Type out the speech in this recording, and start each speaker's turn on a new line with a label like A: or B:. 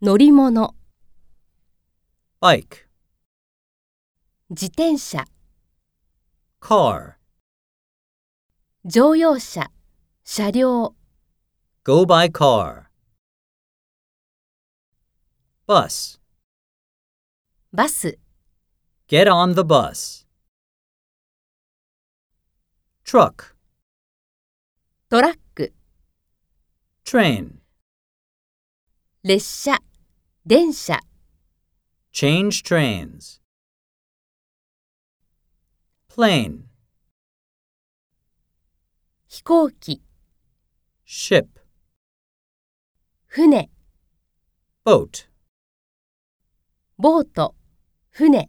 A: 乗り物、
B: bike,
A: 自転車、
B: car,
A: 乗用車、車両、
B: go by car. Bus,
A: バス、
B: get on the bus. Truck,
A: トラック、
B: train,
A: 列車、電車、
B: change trains. Plane,
A: 飛行機、
B: ship,
A: 船、
B: boat.
A: ボート、船。